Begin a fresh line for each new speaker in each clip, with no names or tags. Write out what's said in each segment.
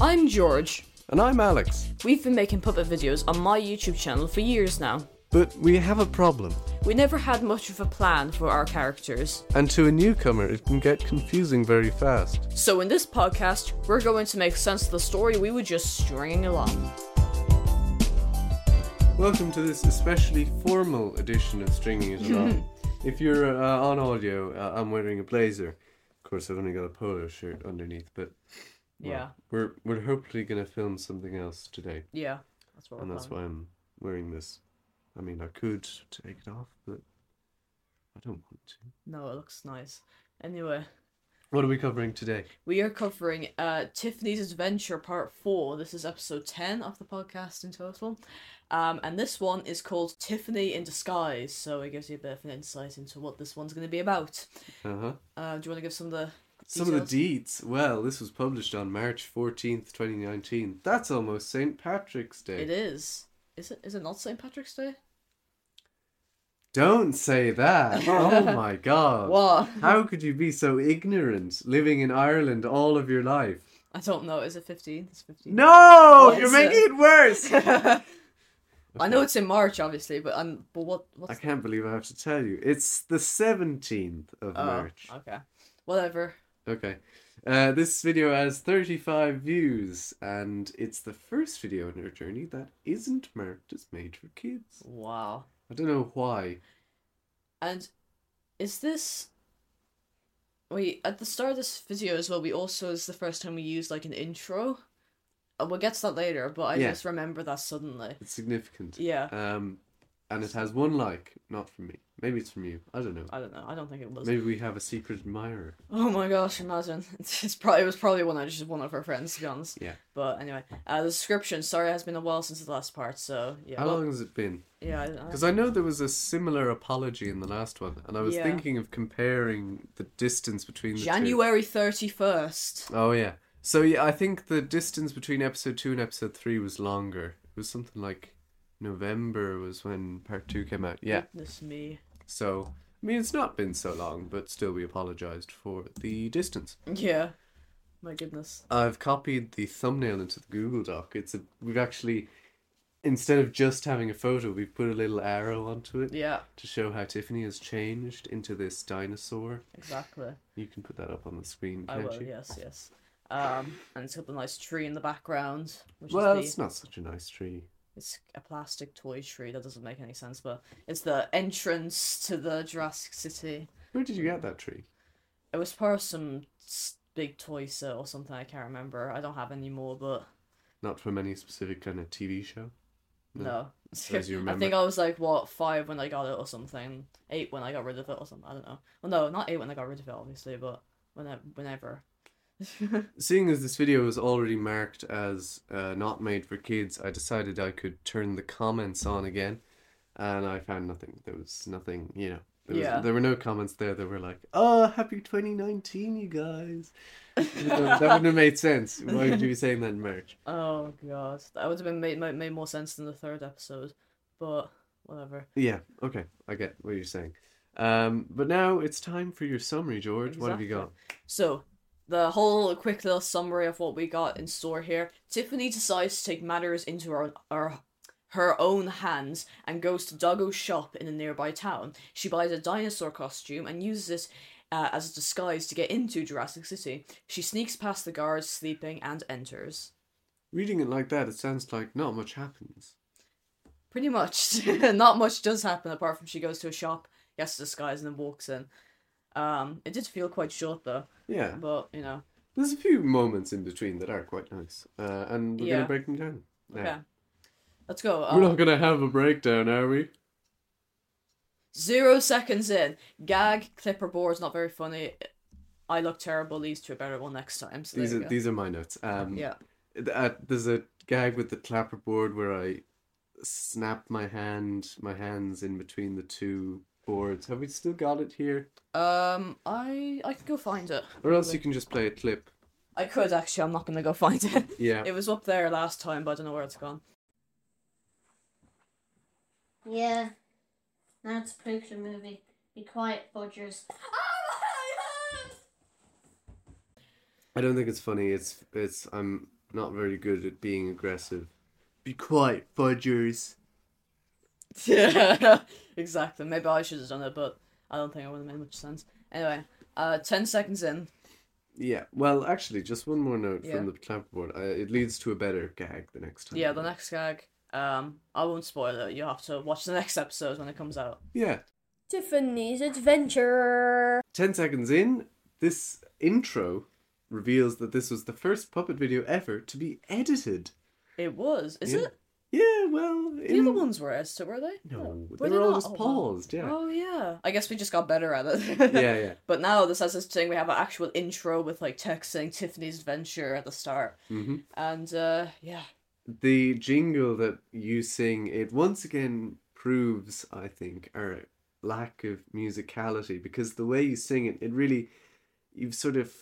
I'm George.
And I'm Alex.
We've been making puppet videos on my YouTube channel for years now.
But we have a problem,
We never had much of a plan for our characters,
and to a newcomer, it can get confusing very fast.
so in this podcast, we're going to make sense of the story we were just stringing along.
Welcome to this especially formal edition of Stringing It Along. if you're uh, on audio, uh, I'm wearing a blazer. Of course, I've only got a polo shirt underneath, but well,
Yeah.
we're we're hopefully going to film something else today,
Yeah, that's what
and
we're
that's
planning.
why I'm wearing this. I mean, I could take it off, but I don't want to.
No, it looks nice. Anyway,
What are we covering today?
we are covering uh, Tiffany's Adventure Part 4. This is episode 10 of the podcast in total. Um, and this one is called Tiffany in Disguise, so it gives you a bit of an insight into what this one's going to be about.
Uh huh.
Uh, do you want to give some of the
Some of the deeds. Well, this was published on March 14th, 2019. That's almost St. Patrick's Day.
It is. Is it? Is it not St. Patrick's Day?
Don't say that. oh my god.
What?
How could you be so ignorant living in Ireland all of your life?
I don't know. Is it 15th? It's 15th.
No!
What
You're
is
making
it?
it worse!
I know it's in March, obviously, but I'm. But what? What's
I can't believe I have to tell you. It's the 17th of
oh,
March.
Okay. Whatever.
Okay. Uh, this video has 35 views, and it's the first video in her journey that isn't marked as made for kids.
Wow.
I don't know why.
And is this? Wait. At the start of this video as well, we also is the first time we used like an intro. And we'll get to that later, but I
Yeah.
just remember that suddenly.
It's significant.
Yeah.
Um, and it has one like, not from me. Maybe it's from you. I don't know.
I don't know. I don't think it was.
Maybe we have a secret admirer.
Oh my gosh, imagine. It's probably, it was probably one of just one of her friends, to be honest.
Yeah.
But anyway, uh, the description, sorry, it has been a while since the last part, so yeah.
How
well,
long has it been?
Yeah, I, I,
Because Oh, I know there was a similar apology in the last one, and I was
Yeah.
thinking of comparing the distance between the two.
January 31st.
Oh yeah. So yeah, I think the distance between episode two and episode three was longer. It was something like November was when part two came out. Yeah.
Goodness me.
So I mean, it's not been so long, but still, we apologized for the distance.
Yeah. My goodness.
I've copied the thumbnail into the Google Doc. It's a we've actually instead of just having a photo, we've put a little arrow onto it
Yeah,
to show how Tiffany has changed into this dinosaur.
exactly.
You can put that up on the screen,
I
can't
will,
you?
yes, yes. Um, and it's got the nice tree in the background, which
Well,
is
it's
the,
not such a nice tree.
it's a plastic toy tree that doesn't make any sense, but it's the entrance to the Jurassic City.
Where did you get that tree?
It was part of some s- big toy set or something. I can't remember. I don't have any more, but
Not from any specific kind of TV show. No.
no.
Hmm. as you
I think
remember.
I was like what five when I got it or something, eight when I got rid of it or something. I don't know. Well, no, not eight when I got rid of it, obviously, but whenever, whenever.
Seeing as this video is already marked as uh, not made for kids, I decided I could turn the comments on again, and I found nothing. There was nothing, you know. There, was,
Yeah.
there were no comments there that were like, "Oh, happy 2019, you guys." You know, that wouldn't have made sense. Why would you be saying that in March?
Oh god, that would have been made, made made more sense than the third episode, but whatever.
Yeah. Okay, I get what you're saying. Um, but now it's time for your summary, George. What have you got?
Exactly. So, the whole quick little summary of what we got in store here. Tiffany decides to take matters into her, her, her own hands and goes to Doggo's shop in a nearby town. She buys a dinosaur costume and uses it uh, as a disguise to get into Jurassic City. She sneaks past the guards sleeping and enters.
Reading it like that, it sounds like not much happens.
Pretty much, not much does happen apart from she goes to a shop, gets disguised, and then walks in. Um, it did feel quite short though,
Yeah.
but you know,
There's a few moments in between that are quite nice, uh, and we're
Yeah.
gonna break them down. now.
okay. Let's go.
We're
um,
not gonna have a breakdown, are we?
Zero seconds in. Gag, clipperboard's not very funny. I look terrible, leads to a better one next time. So there
These
you
are
go.
these are my notes. Um,
yeah.
th- uh, there's a gag with the clapperboard where I snap my hand, my hands in between the two boards. Have we still got it here?
Um, I I could go find it.
Or else you can just play a clip.
I could actually. I'm not gonna go find it.
Yeah.
it was up there last time, but I don't know where it's gone.
Yeah, that's a picture movie. Be quiet, Bodgers.
I don't think it's funny. It's it's I'm not very good at being aggressive. Be quiet, fudgers.
Yeah, exactly. Maybe I should have done it, but I don't think I would have made much sense. Anyway, uh, ten seconds in.
Yeah, well, actually, just one more note
Yeah.
from the clapboard. Uh, it leads to a better gag the next time.
Yeah, the next gag. Um, I won't spoil it. You have to watch the next episode when it comes out.
Yeah,
Tiffany's Adventure.
10 seconds in, this intro reveals that this was the first puppet video ever to be edited.
It was, is
Yeah.
it?
Yeah, well.
The other ones were edited, were they?
No,
were
they were all
not?
just
Oh, wow.
paused, yeah.
Oh yeah. I guess we just got better at it.
yeah, yeah.
But now this has this thing we have an actual intro with like text saying Tiffany's adventure at the start.
hmm
And uh yeah.
The jingle that you sing, it once again proves, I think, our lack of musicality because the way you sing it, it really, you've sort of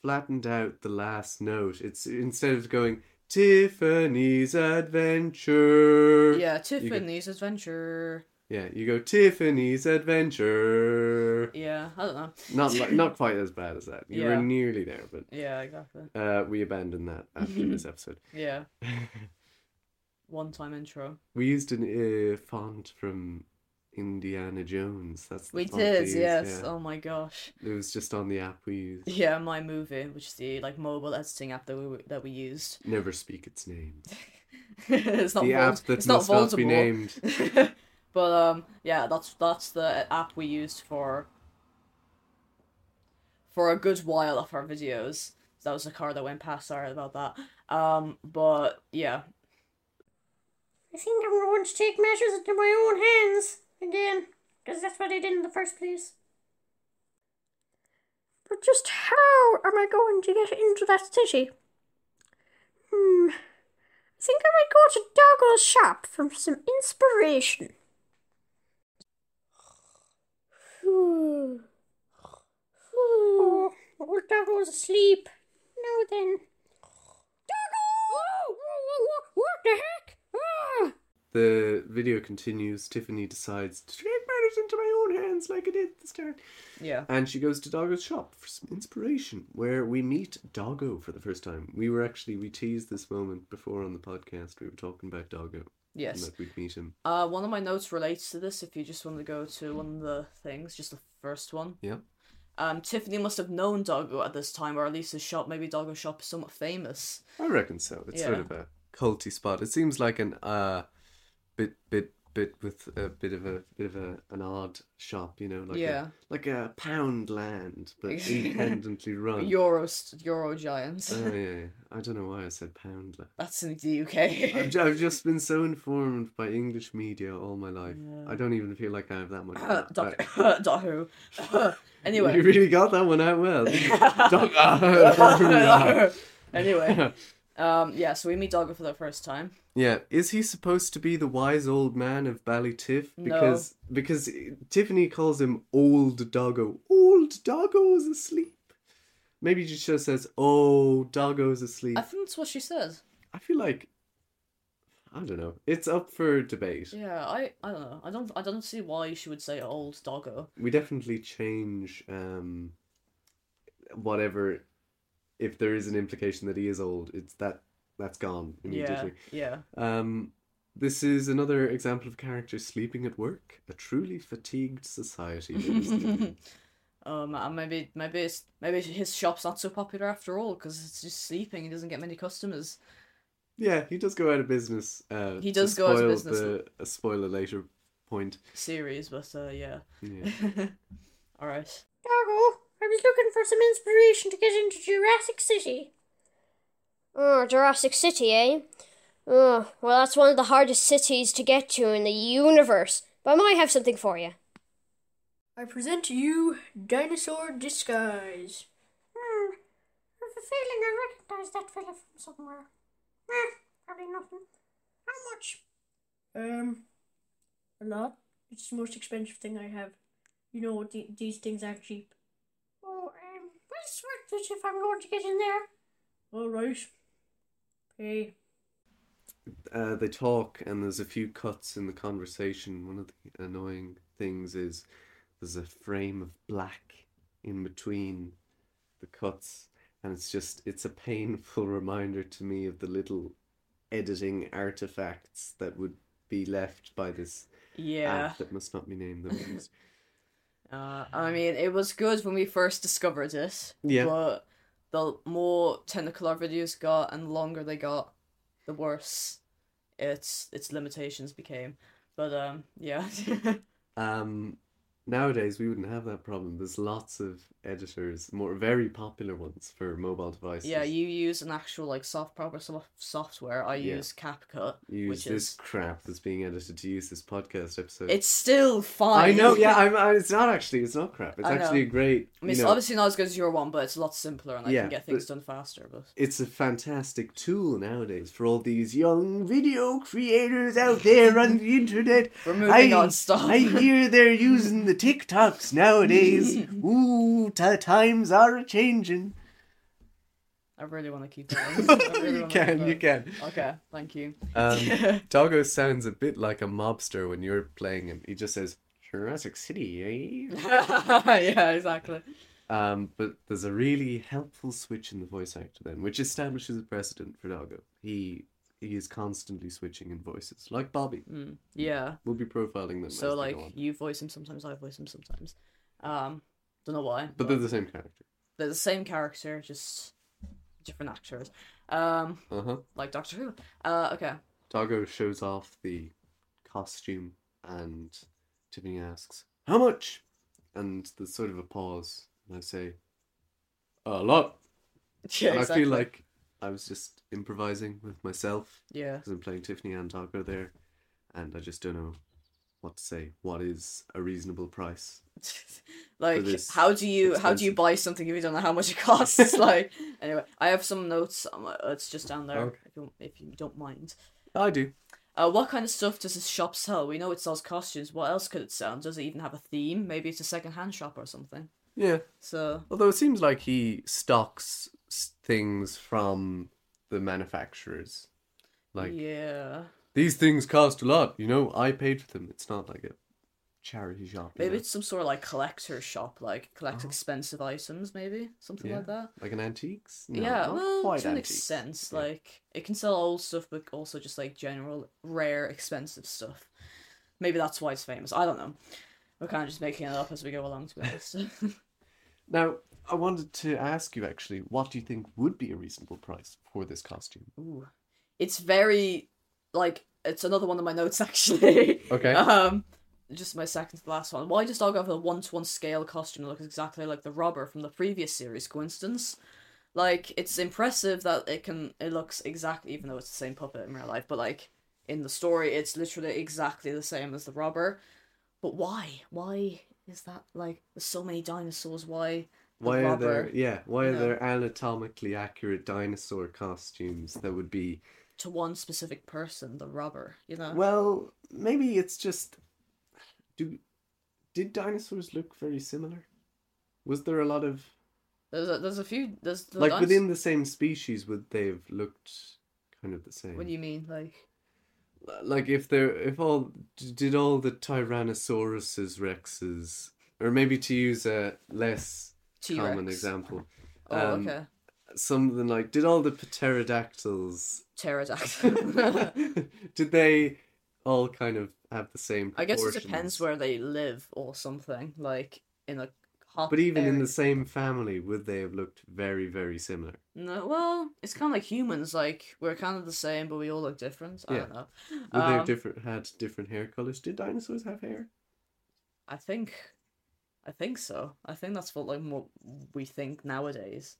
flattened out the last note. It's instead of going, Tiffany's Adventure.
Yeah, Tiffany's adventure.
Yeah, you go Tiffany's Adventure.
Yeah, I don't know.
Not li- not quite as bad as that. You
Yeah.
were nearly there, but
Yeah, exactly.
uh, we abandoned that after this episode.
Yeah. One time intro.
We used an uh, font from Indiana Jones. That's the
We
font
did,
used,
yes.
yeah.
Oh my gosh.
It was just on the app we used.
Yeah, my movie, which is the like mobile editing app that we that we used.
Never speak its name.
it's not
the
Vol-
app that
it's not
must not, be
Voldemort.
named.
but um, yeah, that's that's the app we used for for a good while of our videos. That was the car that went past. Sorry about that. Um, but yeah,
I think I'm going to take matters into my own hands again, because that's what I did in the first place.
But just how am I going to get into that city? Hmm. I think I might go to Doggo's shop for some inspiration.
Ooh. Oh, old doggo's asleep. Now then.
Doggo! What the heck? Ah!
The video continues. Tiffany decides to take matters into my own hands like I did this time.
yeah,
And she goes to Doggo's shop for some inspiration, where we meet Doggo for the first time. We were actually, we teased this moment before on the podcast. We were talking about Doggo and
yes.
that we'd meet him.
Uh, one of my notes relates to this. If you just want to go to one of the things, just the first one.
Yeah.
Um, Tiffany must have known Doggo at this time, or at least his shop. Maybe Doggo's shop is somewhat famous.
I reckon so. It's sort
Yeah.
of a culty spot. It seems like an uh, bit, bit, bit with a bit of a bit of a an odd shop, you know, like
Yeah.
a, like a pound land, but independently run.
Euro Euro giant.
Oh, yeah, yeah. I don't know why I said pound land.
That's in the UK.
I've, ju- I've just been so informed by English media all my life. I don't even feel like I have that much.
Doctor
I-
Doctor Who.
You
anyway.
really got that one out well. Doc-
anyway. Um, yeah, so we meet Doggo for the first time.
yeah, is he supposed to be the wise old man of Ballytiff?
No.
Because because Tiffany calls him old doggo. Old doggo is asleep. Maybe she just says, "Oh, doggo's asleep."
I think that's what she says.
I feel like I don't know. It's up for debate.
Yeah, I, I don't know. I don't I don't see why she would say old Doggo.
we definitely change um whatever if there is an implication that he is old it's that that's gone
Yeah,
immediately
yeah.
um this is another example of characters sleeping at work a truly fatigued society
Um, and maybe maybe it's maybe his shop's not so popular after all because it's just sleeping. He doesn't get many customers.
yeah he does go out of business uh
He
to
does go out of
spoil
business.
the, a spoiler later point
Series, but uh, yeah.
yeah.
All right.
Doggo, I was looking for some inspiration to get into Jurassic City.
Oh, Jurassic City, eh? Oh, well, that's one of the hardest cities to get to in the universe. But I might have something for you.
I present to you Dinosaur Disguise.
Hmm. I have a feeling I recognize that fella from somewhere. Eh, probably nothing. How much?
Um, a lot. It's the most expensive thing I have. You know, th- these things aren't cheap.
Oh, um, but it's worth it if I'm going to get in there.
Alright. Hey.
uh, they talk and there's a few cuts in the conversation. One of the annoying things is there's a frame of black in between the cuts, and it's just it's a painful reminder to me of the little editing artifacts that would be left by this
Yeah.
app that must not be named. That we used.
Uh,
Ah.
I mean, it was good when we first discovered it.
Yeah.
But the more technical our videos got and the longer they got, the worse its its limitations became. But um, yeah.
Um, nowadays we wouldn't have that problem. There's lots of editors, more very popular ones for mobile devices.
yeah, you use an actual like soft proper soft software. I
Yeah.
use CapCut,
use
which
this
is
crap that's being edited to use this podcast episode.
it's still fine.
I know, yeah, I'm, I, it's not actually, it's not crap. It's
I know.
actually a great,
I mean, it's
you know,
obviously not as good as your one, but it's a lot simpler, and I
Yeah,
can get things done faster. But
it's a fantastic tool nowadays for all these young video creators out there on the internet.
we're moving
I-
on. Stop.
I hear they're using the TikToks nowadays. Ooh, t- times are a changing.
I really want to keep going. I really
you
wanna keep
can, you
going.
can.
Okay, thank you.
Um, Doggo sounds a bit like a mobster when you're playing him. He just says Jurassic City, eh?
yeah, exactly.
Um, but there's a really helpful switch in the voice actor then, which establishes a precedent for Doggo. He he is constantly switching in voices, like Bobby.
Mm, yeah.
We'll be profiling them. as
So
they
like
go on.
you voice him sometimes, I voice him sometimes. Um, don't know why.
but they're the same character.
they're the same character, just different actors. Um,
Uh huh.
like Doctor Who. Uh, okay.
Doggo shows off the costume, and Tiffany asks, "How much?" And there's sort of a pause, and I say, "A lot."
Yeah,
and
exactly.
I feel like I was just improvising with myself
yeah,
because I'm playing Tiffany and Doggo there, and I just don't know what to say. What is a reasonable price?
like
this
how do you how do you
expensive.
buy something if you don't know how much it costs? like anyway, I have some notes. Um, uh, it's just down there
Okay.
if you if you don't mind.
I do.
Uh, what kind of stuff does this shop sell? We know it sells costumes. What else could it sell? Does it even have a theme? Maybe it's a second hand shop or something.
Yeah.
So
Although it seems like he stocks s- things from the manufacturers. Like
yeah,
these things cost a lot. You know, I paid for them. It's not like a charity shop. you
maybe
know?
it's some sort of like collector shop, like collect
Oh.
expensive items, maybe something
Yeah.
like that.
like an antiques. No,
yeah,
not
well,
quite
to an
antiques.
extent,
Yeah.
like it can sell old stuff, but also just like general rare, expensive stuff. Maybe that's why it's famous. I don't know. We're kind of just making it up as we go along, to be honest.
Now, I wanted to ask you actually, what do you think would be a reasonable price for this costume?
Ooh. It's very like it's another one of my notes actually.
Okay.
Um, just my second to the last one. Why does Dog have a one to one scale costume that looks exactly like the robber from the previous series? Coincidence? Like, it's impressive that it can it looks exactly even though it's the same puppet in real life, but like in the story it's literally exactly the same as the robber. But why? Why is that like there's so many dinosaurs, why the
Why are there
robber
yeah, why are
No.
there anatomically accurate dinosaur costumes that would be
to one specific person, the robber, you know?
Well, maybe it's just do did dinosaurs look very similar? Was there a lot of
There's a, there's a few there's the
like
dinosaur-
within the same species would they have looked kind of the same?
What do you mean, like?
like if there if all d- did all the tyrannosauruses rexes or maybe to use a less
T-Rex.
common example
Oh,
um,
okay.
something like did all the pterodactyls
Pterodactyl.
did they all kind of have the same
I guess it
proportions?
depends where they live or something. Like in a hot.
but even in
area.
the same family would they have looked very very similar
No, well, it's kind of like humans. Like we're kind of the same, but we all look different. I
Yeah.
don't know.
would they have
Um,
different had different hair colors did dinosaurs have hair
I think, I think so. I think that's what like what we think nowadays.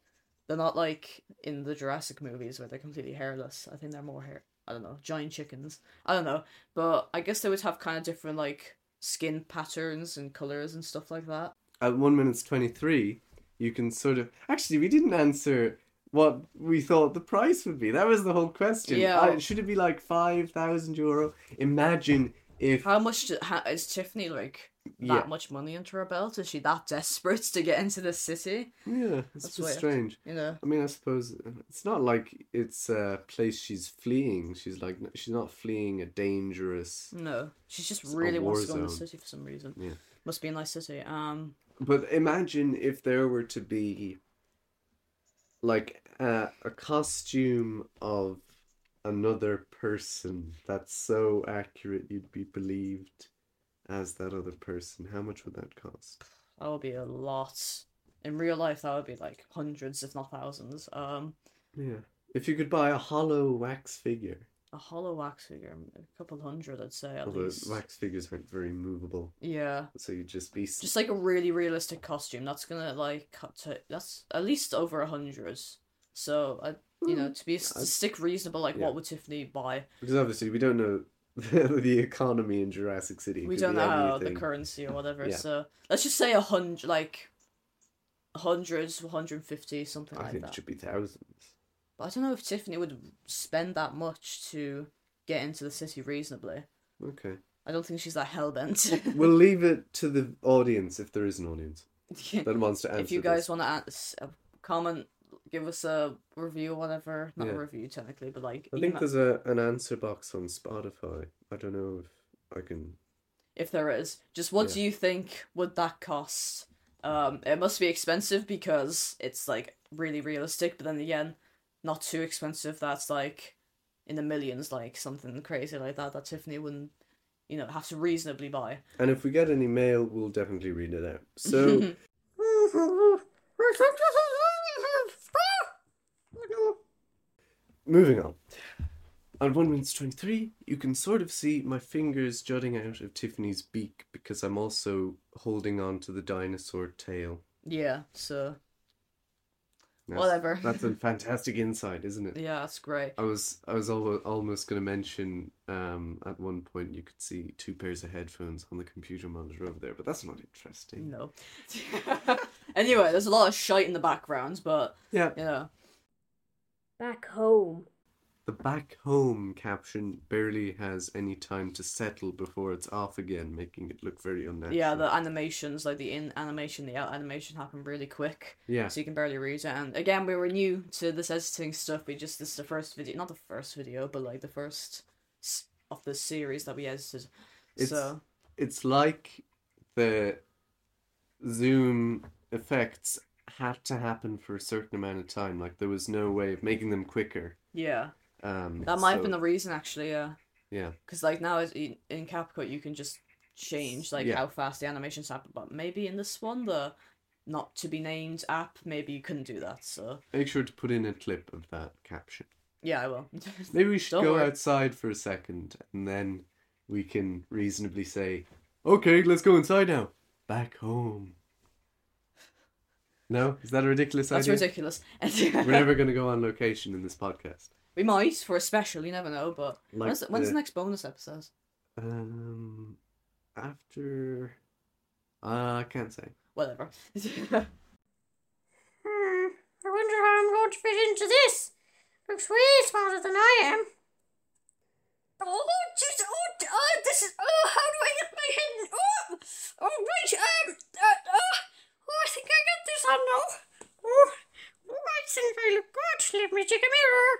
They're not like in the Jurassic movies where they're completely hairless. I think they're more hair. I don't know, giant chickens. I don't know, but I guess they would have kind of different like skin patterns and colors and stuff like that.
at one minutes twenty three, you can sort of actually we didn't answer what we thought the price would be. That was the whole question.
Yeah.
I- should it be like five thousand euro? Imagine if
How much do, ha, is Tiffany like? That
yeah,
much money into her belt? Is she that desperate to get into this city?
yeah, it's
That's
just
weird.
strange.
You know.
I mean, I suppose uh, it's not like it's a place she's fleeing. She's like she's not fleeing a dangerous.
No, she just
a
really wants to go in the
war zone.
city for some reason.
Yeah.
Must be a nice city. Um,
But imagine if there were to be like uh, a costume of another person that's so accurate you'd be believed as that other person. How much would that cost?
That would be a lot. In real life, that would be like hundreds, if not thousands. Um,
Yeah. If you could buy a hollow wax figure,
a hollow wax figure, a couple hundred, I'd say at
although
least.
wax figures aren't very movable,
Yeah,
so you'd just be s-
just like a really realistic costume. That's gonna like cut to that's at least over a hundred. So I, you know, to be s- to
I-
stick reasonable, like
Hmm. yeah.
what would Tiffany buy?
because obviously we don't know the economy in Jurassic City. It
we
could
don't
be
know how the
anything.
currency or whatever.
Yeah.
So let's just say a hundred, like hundreds, one hundred fifty, something
I
like
think
that.
it should be thousands.
But I don't know if Tiffany would spend that much to get into the city reasonably.
Okay.
I don't think she's that hell bent.
We'll leave it to the audience if there is an audience that wants to answer.
if you
this.
guys want to comment, give us a review, or whatever. Not
Yeah.
a review technically, but like e
I think
email-
there's a an answer box on Spotify. I don't know if I can.
if there is, just what
Yeah.
do you think would that cost? Um, it must be expensive because it's like really realistic, but then again, not too expensive. That's like in the millions, like something crazy like that that Tiffany wouldn't, you know, have to reasonably buy.
And if we get any mail, we'll definitely read it out. So moving on. On one minute twenty-three, you can sort of see my fingers jutting out of Tiffany's beak because I'm also holding on to the dinosaur tail.
yeah, so
That's-
Whatever.
That's a fantastic insight, isn't it?
yeah, that's great.
I was I was al- almost going to mention um, at one point you could see two pairs of headphones on the computer monitor over there, but that's not interesting.
No. anyway, there's a lot of shite in the background, but
Yeah,
you know,
Back home.
the back home caption barely has any time to settle before it's off again, making it look very unnatural.
yeah, the animations, like the in animation, the out animation, happen really quick,
yeah.
so you can barely read it. And again, we were new to this editing stuff. We just this is the first video, not the first video, but like the first s- of the series that we edited.
It's-
So
it's like the zoom effects had to happen for a certain amount of time. Like there was no way of making them quicker.
yeah,
Um,
that might have
so-
been the reason actually. Yeah,
yeah.
because like now it's in in CapCut, you can just change like
Yeah.
how fast the animations happen. But maybe in this one, the not to be named app, maybe you couldn't do that. So
Make sure to put in a clip of that caption.
yeah, I will.
Maybe we should
Don't
go
worry.
outside for a second and then we can reasonably say, okay, let's go inside now. Back home. No? Is that a ridiculous
That's
idea?
ridiculous.
We're never going to go on location in this podcast.
We might for a special. You never know. But
Like
when's, when's
the-
the next bonus episode?
Um, after. Uh, I can't say.
Whatever.
Hmm, I wonder how I'm going to fit into this. Looks way smarter than I am. Oh, just, oh, d- uh, this is, oh, how do I get my head? in- Oh, oh, right, um, uh, uh, oh, I think I got this on now. Oh, oh, I think I look good. Let me take a mirror.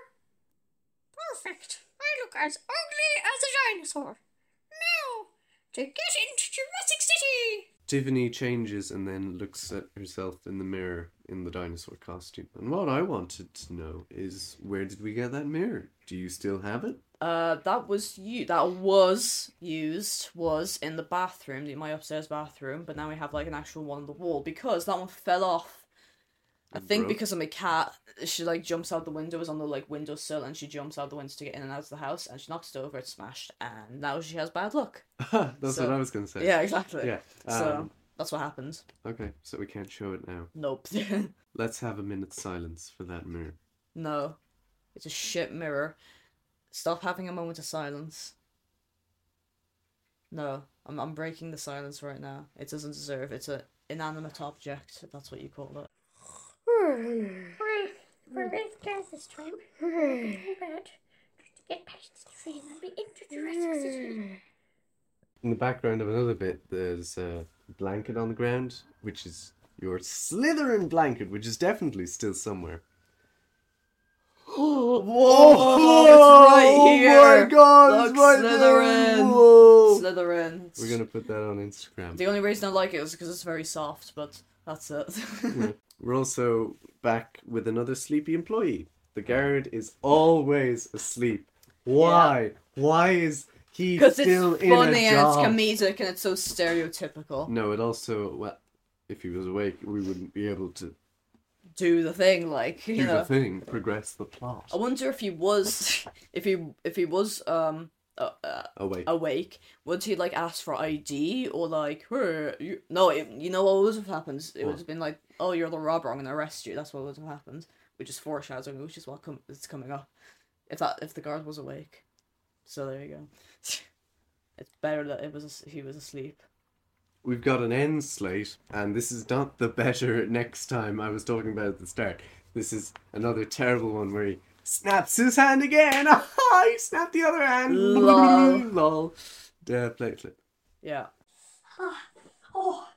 Perfect. I look as ugly as a dinosaur. Now, to get into Jurassic City.
Tiffany changes and then looks at herself in the mirror in the dinosaur costume. And what I wanted to know is where did we get that mirror? Do you still have it?
uh, that was you. That was used was in the bathroom, the- my upstairs bathroom. But now we have like an actual one on the wall because that one fell off. I
It
think
broke.
because I'm a cat, she like jumps out the window, is on the like windowsill, and she jumps out the window to get in and out of the house, and she knocks it over, it's smashed, and now she has bad luck.
That's
So-
what I was going to say.
Yeah, exactly.
Yeah.
So
um,
that's what happened.
okay, so we can't show it now.
Nope.
Let's have a minute's silence for that mirror.
No. It's a shit mirror. Stop having a moment of silence. No, I'm I'm breaking the silence right now. It doesn't deserve it's a inanimate object, if that's what you call it.
Well, we're in class this time. Too bad. Just to get past the tree and then be into Jurassic City.
In the background of another bit, there's a blanket on the ground, which is your Slytherin blanket, which is definitely still somewhere. Whoa!
it's right
Oh
here.
my god! it's
Look,
right there.
Slytherin.
Whoa.
Slytherin.
We're gonna put that on Instagram.
The only reason I like it is because it's very soft, but That's it.
Yeah. We're also back with another sleepy employee. The guard is always asleep. Why? Why is he
Because it's
still in
funny and
a
it's
job?
comedic and it's so stereotypical.
no, it also well, if he was awake, we wouldn't be able to
Do the thing, like you
do
know.
the thing, progress the plot.
I wonder if he was, if he if he was um uh, uh,
Awake.
awake, would he like ask for ID or like "Hey, you... no? It, you know what would have happened? It
What?
would have been like, oh, you're the robber, I'm gonna arrest you. That's what would have happened, which is foreshadowing, which is what com- is coming up. If that if the guard was awake, so there you go. it's better that it was as- he was asleep.
We've got an end slate, and this is not the better next time I was talking about at the start. This is another terrible one where he snaps his hand again. Ah, he snapped the other hand.
Lol.
Lol. Yeah, play clip.
Yeah.
Oh,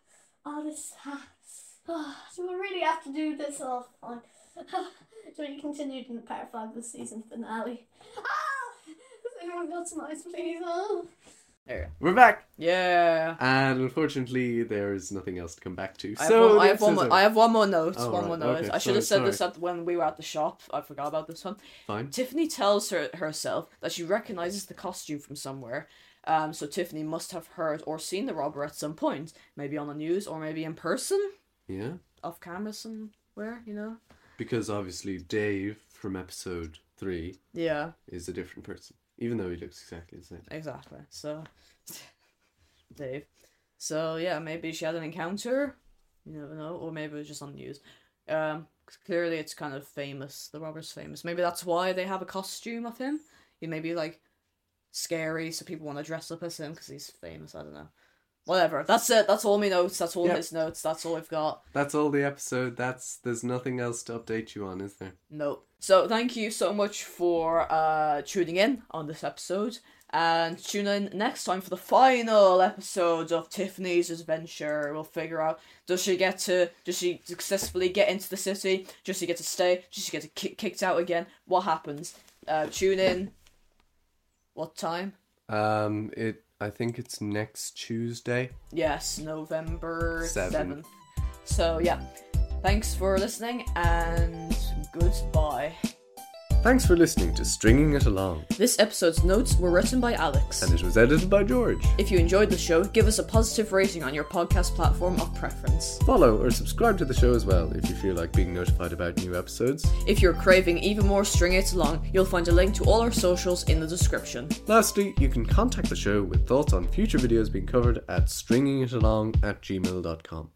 oh, this. ah, do I really have to do this? Oh, fine. so we continued in the Power 5 this season finale. Ah! Has anyone got some ice, please? Oh.
We're back,
Yeah.
and unfortunately, there is nothing else to come back to.
I have,
so
one, I
the
have one.
episode's
More,
over.
I have one more note.
Oh,
One
right,
more note.
okay,
I should have said
sorry,
this at when we were at the shop. I forgot about this one.
fine.
Tiffany tells her herself that she recognizes the costume from somewhere. Um, so Tiffany must have heard or seen the robber at some point, maybe on the news or maybe in person,
Yeah,
off camera somewhere. You know.
because obviously Dave from episode three
Yeah.
is a different person, even though he looks exactly the same.
Exactly. So, Dave. So yeah, maybe she had an encounter. You never know, or maybe it was just on the news. Um, 'cause clearly it's kind of famous. The robber's famous. Maybe that's why they have a costume of him. He may be like scary, so people want to dress up as him because he's famous. I don't know. Whatever. That's it. That's all my notes. That's all
Yep.
his notes. That's all we've got.
That's all the episode. That's there's nothing else to update you on, is there?
Nope. So thank you so much for uh tuning in on this episode. And tune in next time for the final episode of Tiffany's adventure. We'll figure out does she get to does she successfully get into the city? Does she get to stay? Does she get to ki- kicked out again? What happens? Uh, tune in. What time?
Um, it. I think it's next Tuesday.
Yes, November
Seven.
seventh. So yeah, thanks for listening and goodbye.
Thanks for listening to Stringing It Along,
This episode's notes were written by Alex.
and it was edited by George.
If you enjoyed the show, give us a positive rating on your podcast platform of preference.
Follow or subscribe to the show as well if you feel like being notified about new episodes.
If you're craving even more string it along, you'll find a link to all our socials in the description.
Lastly, you can contact the show with thoughts on future videos being covered at stringingitalong at gmail.com.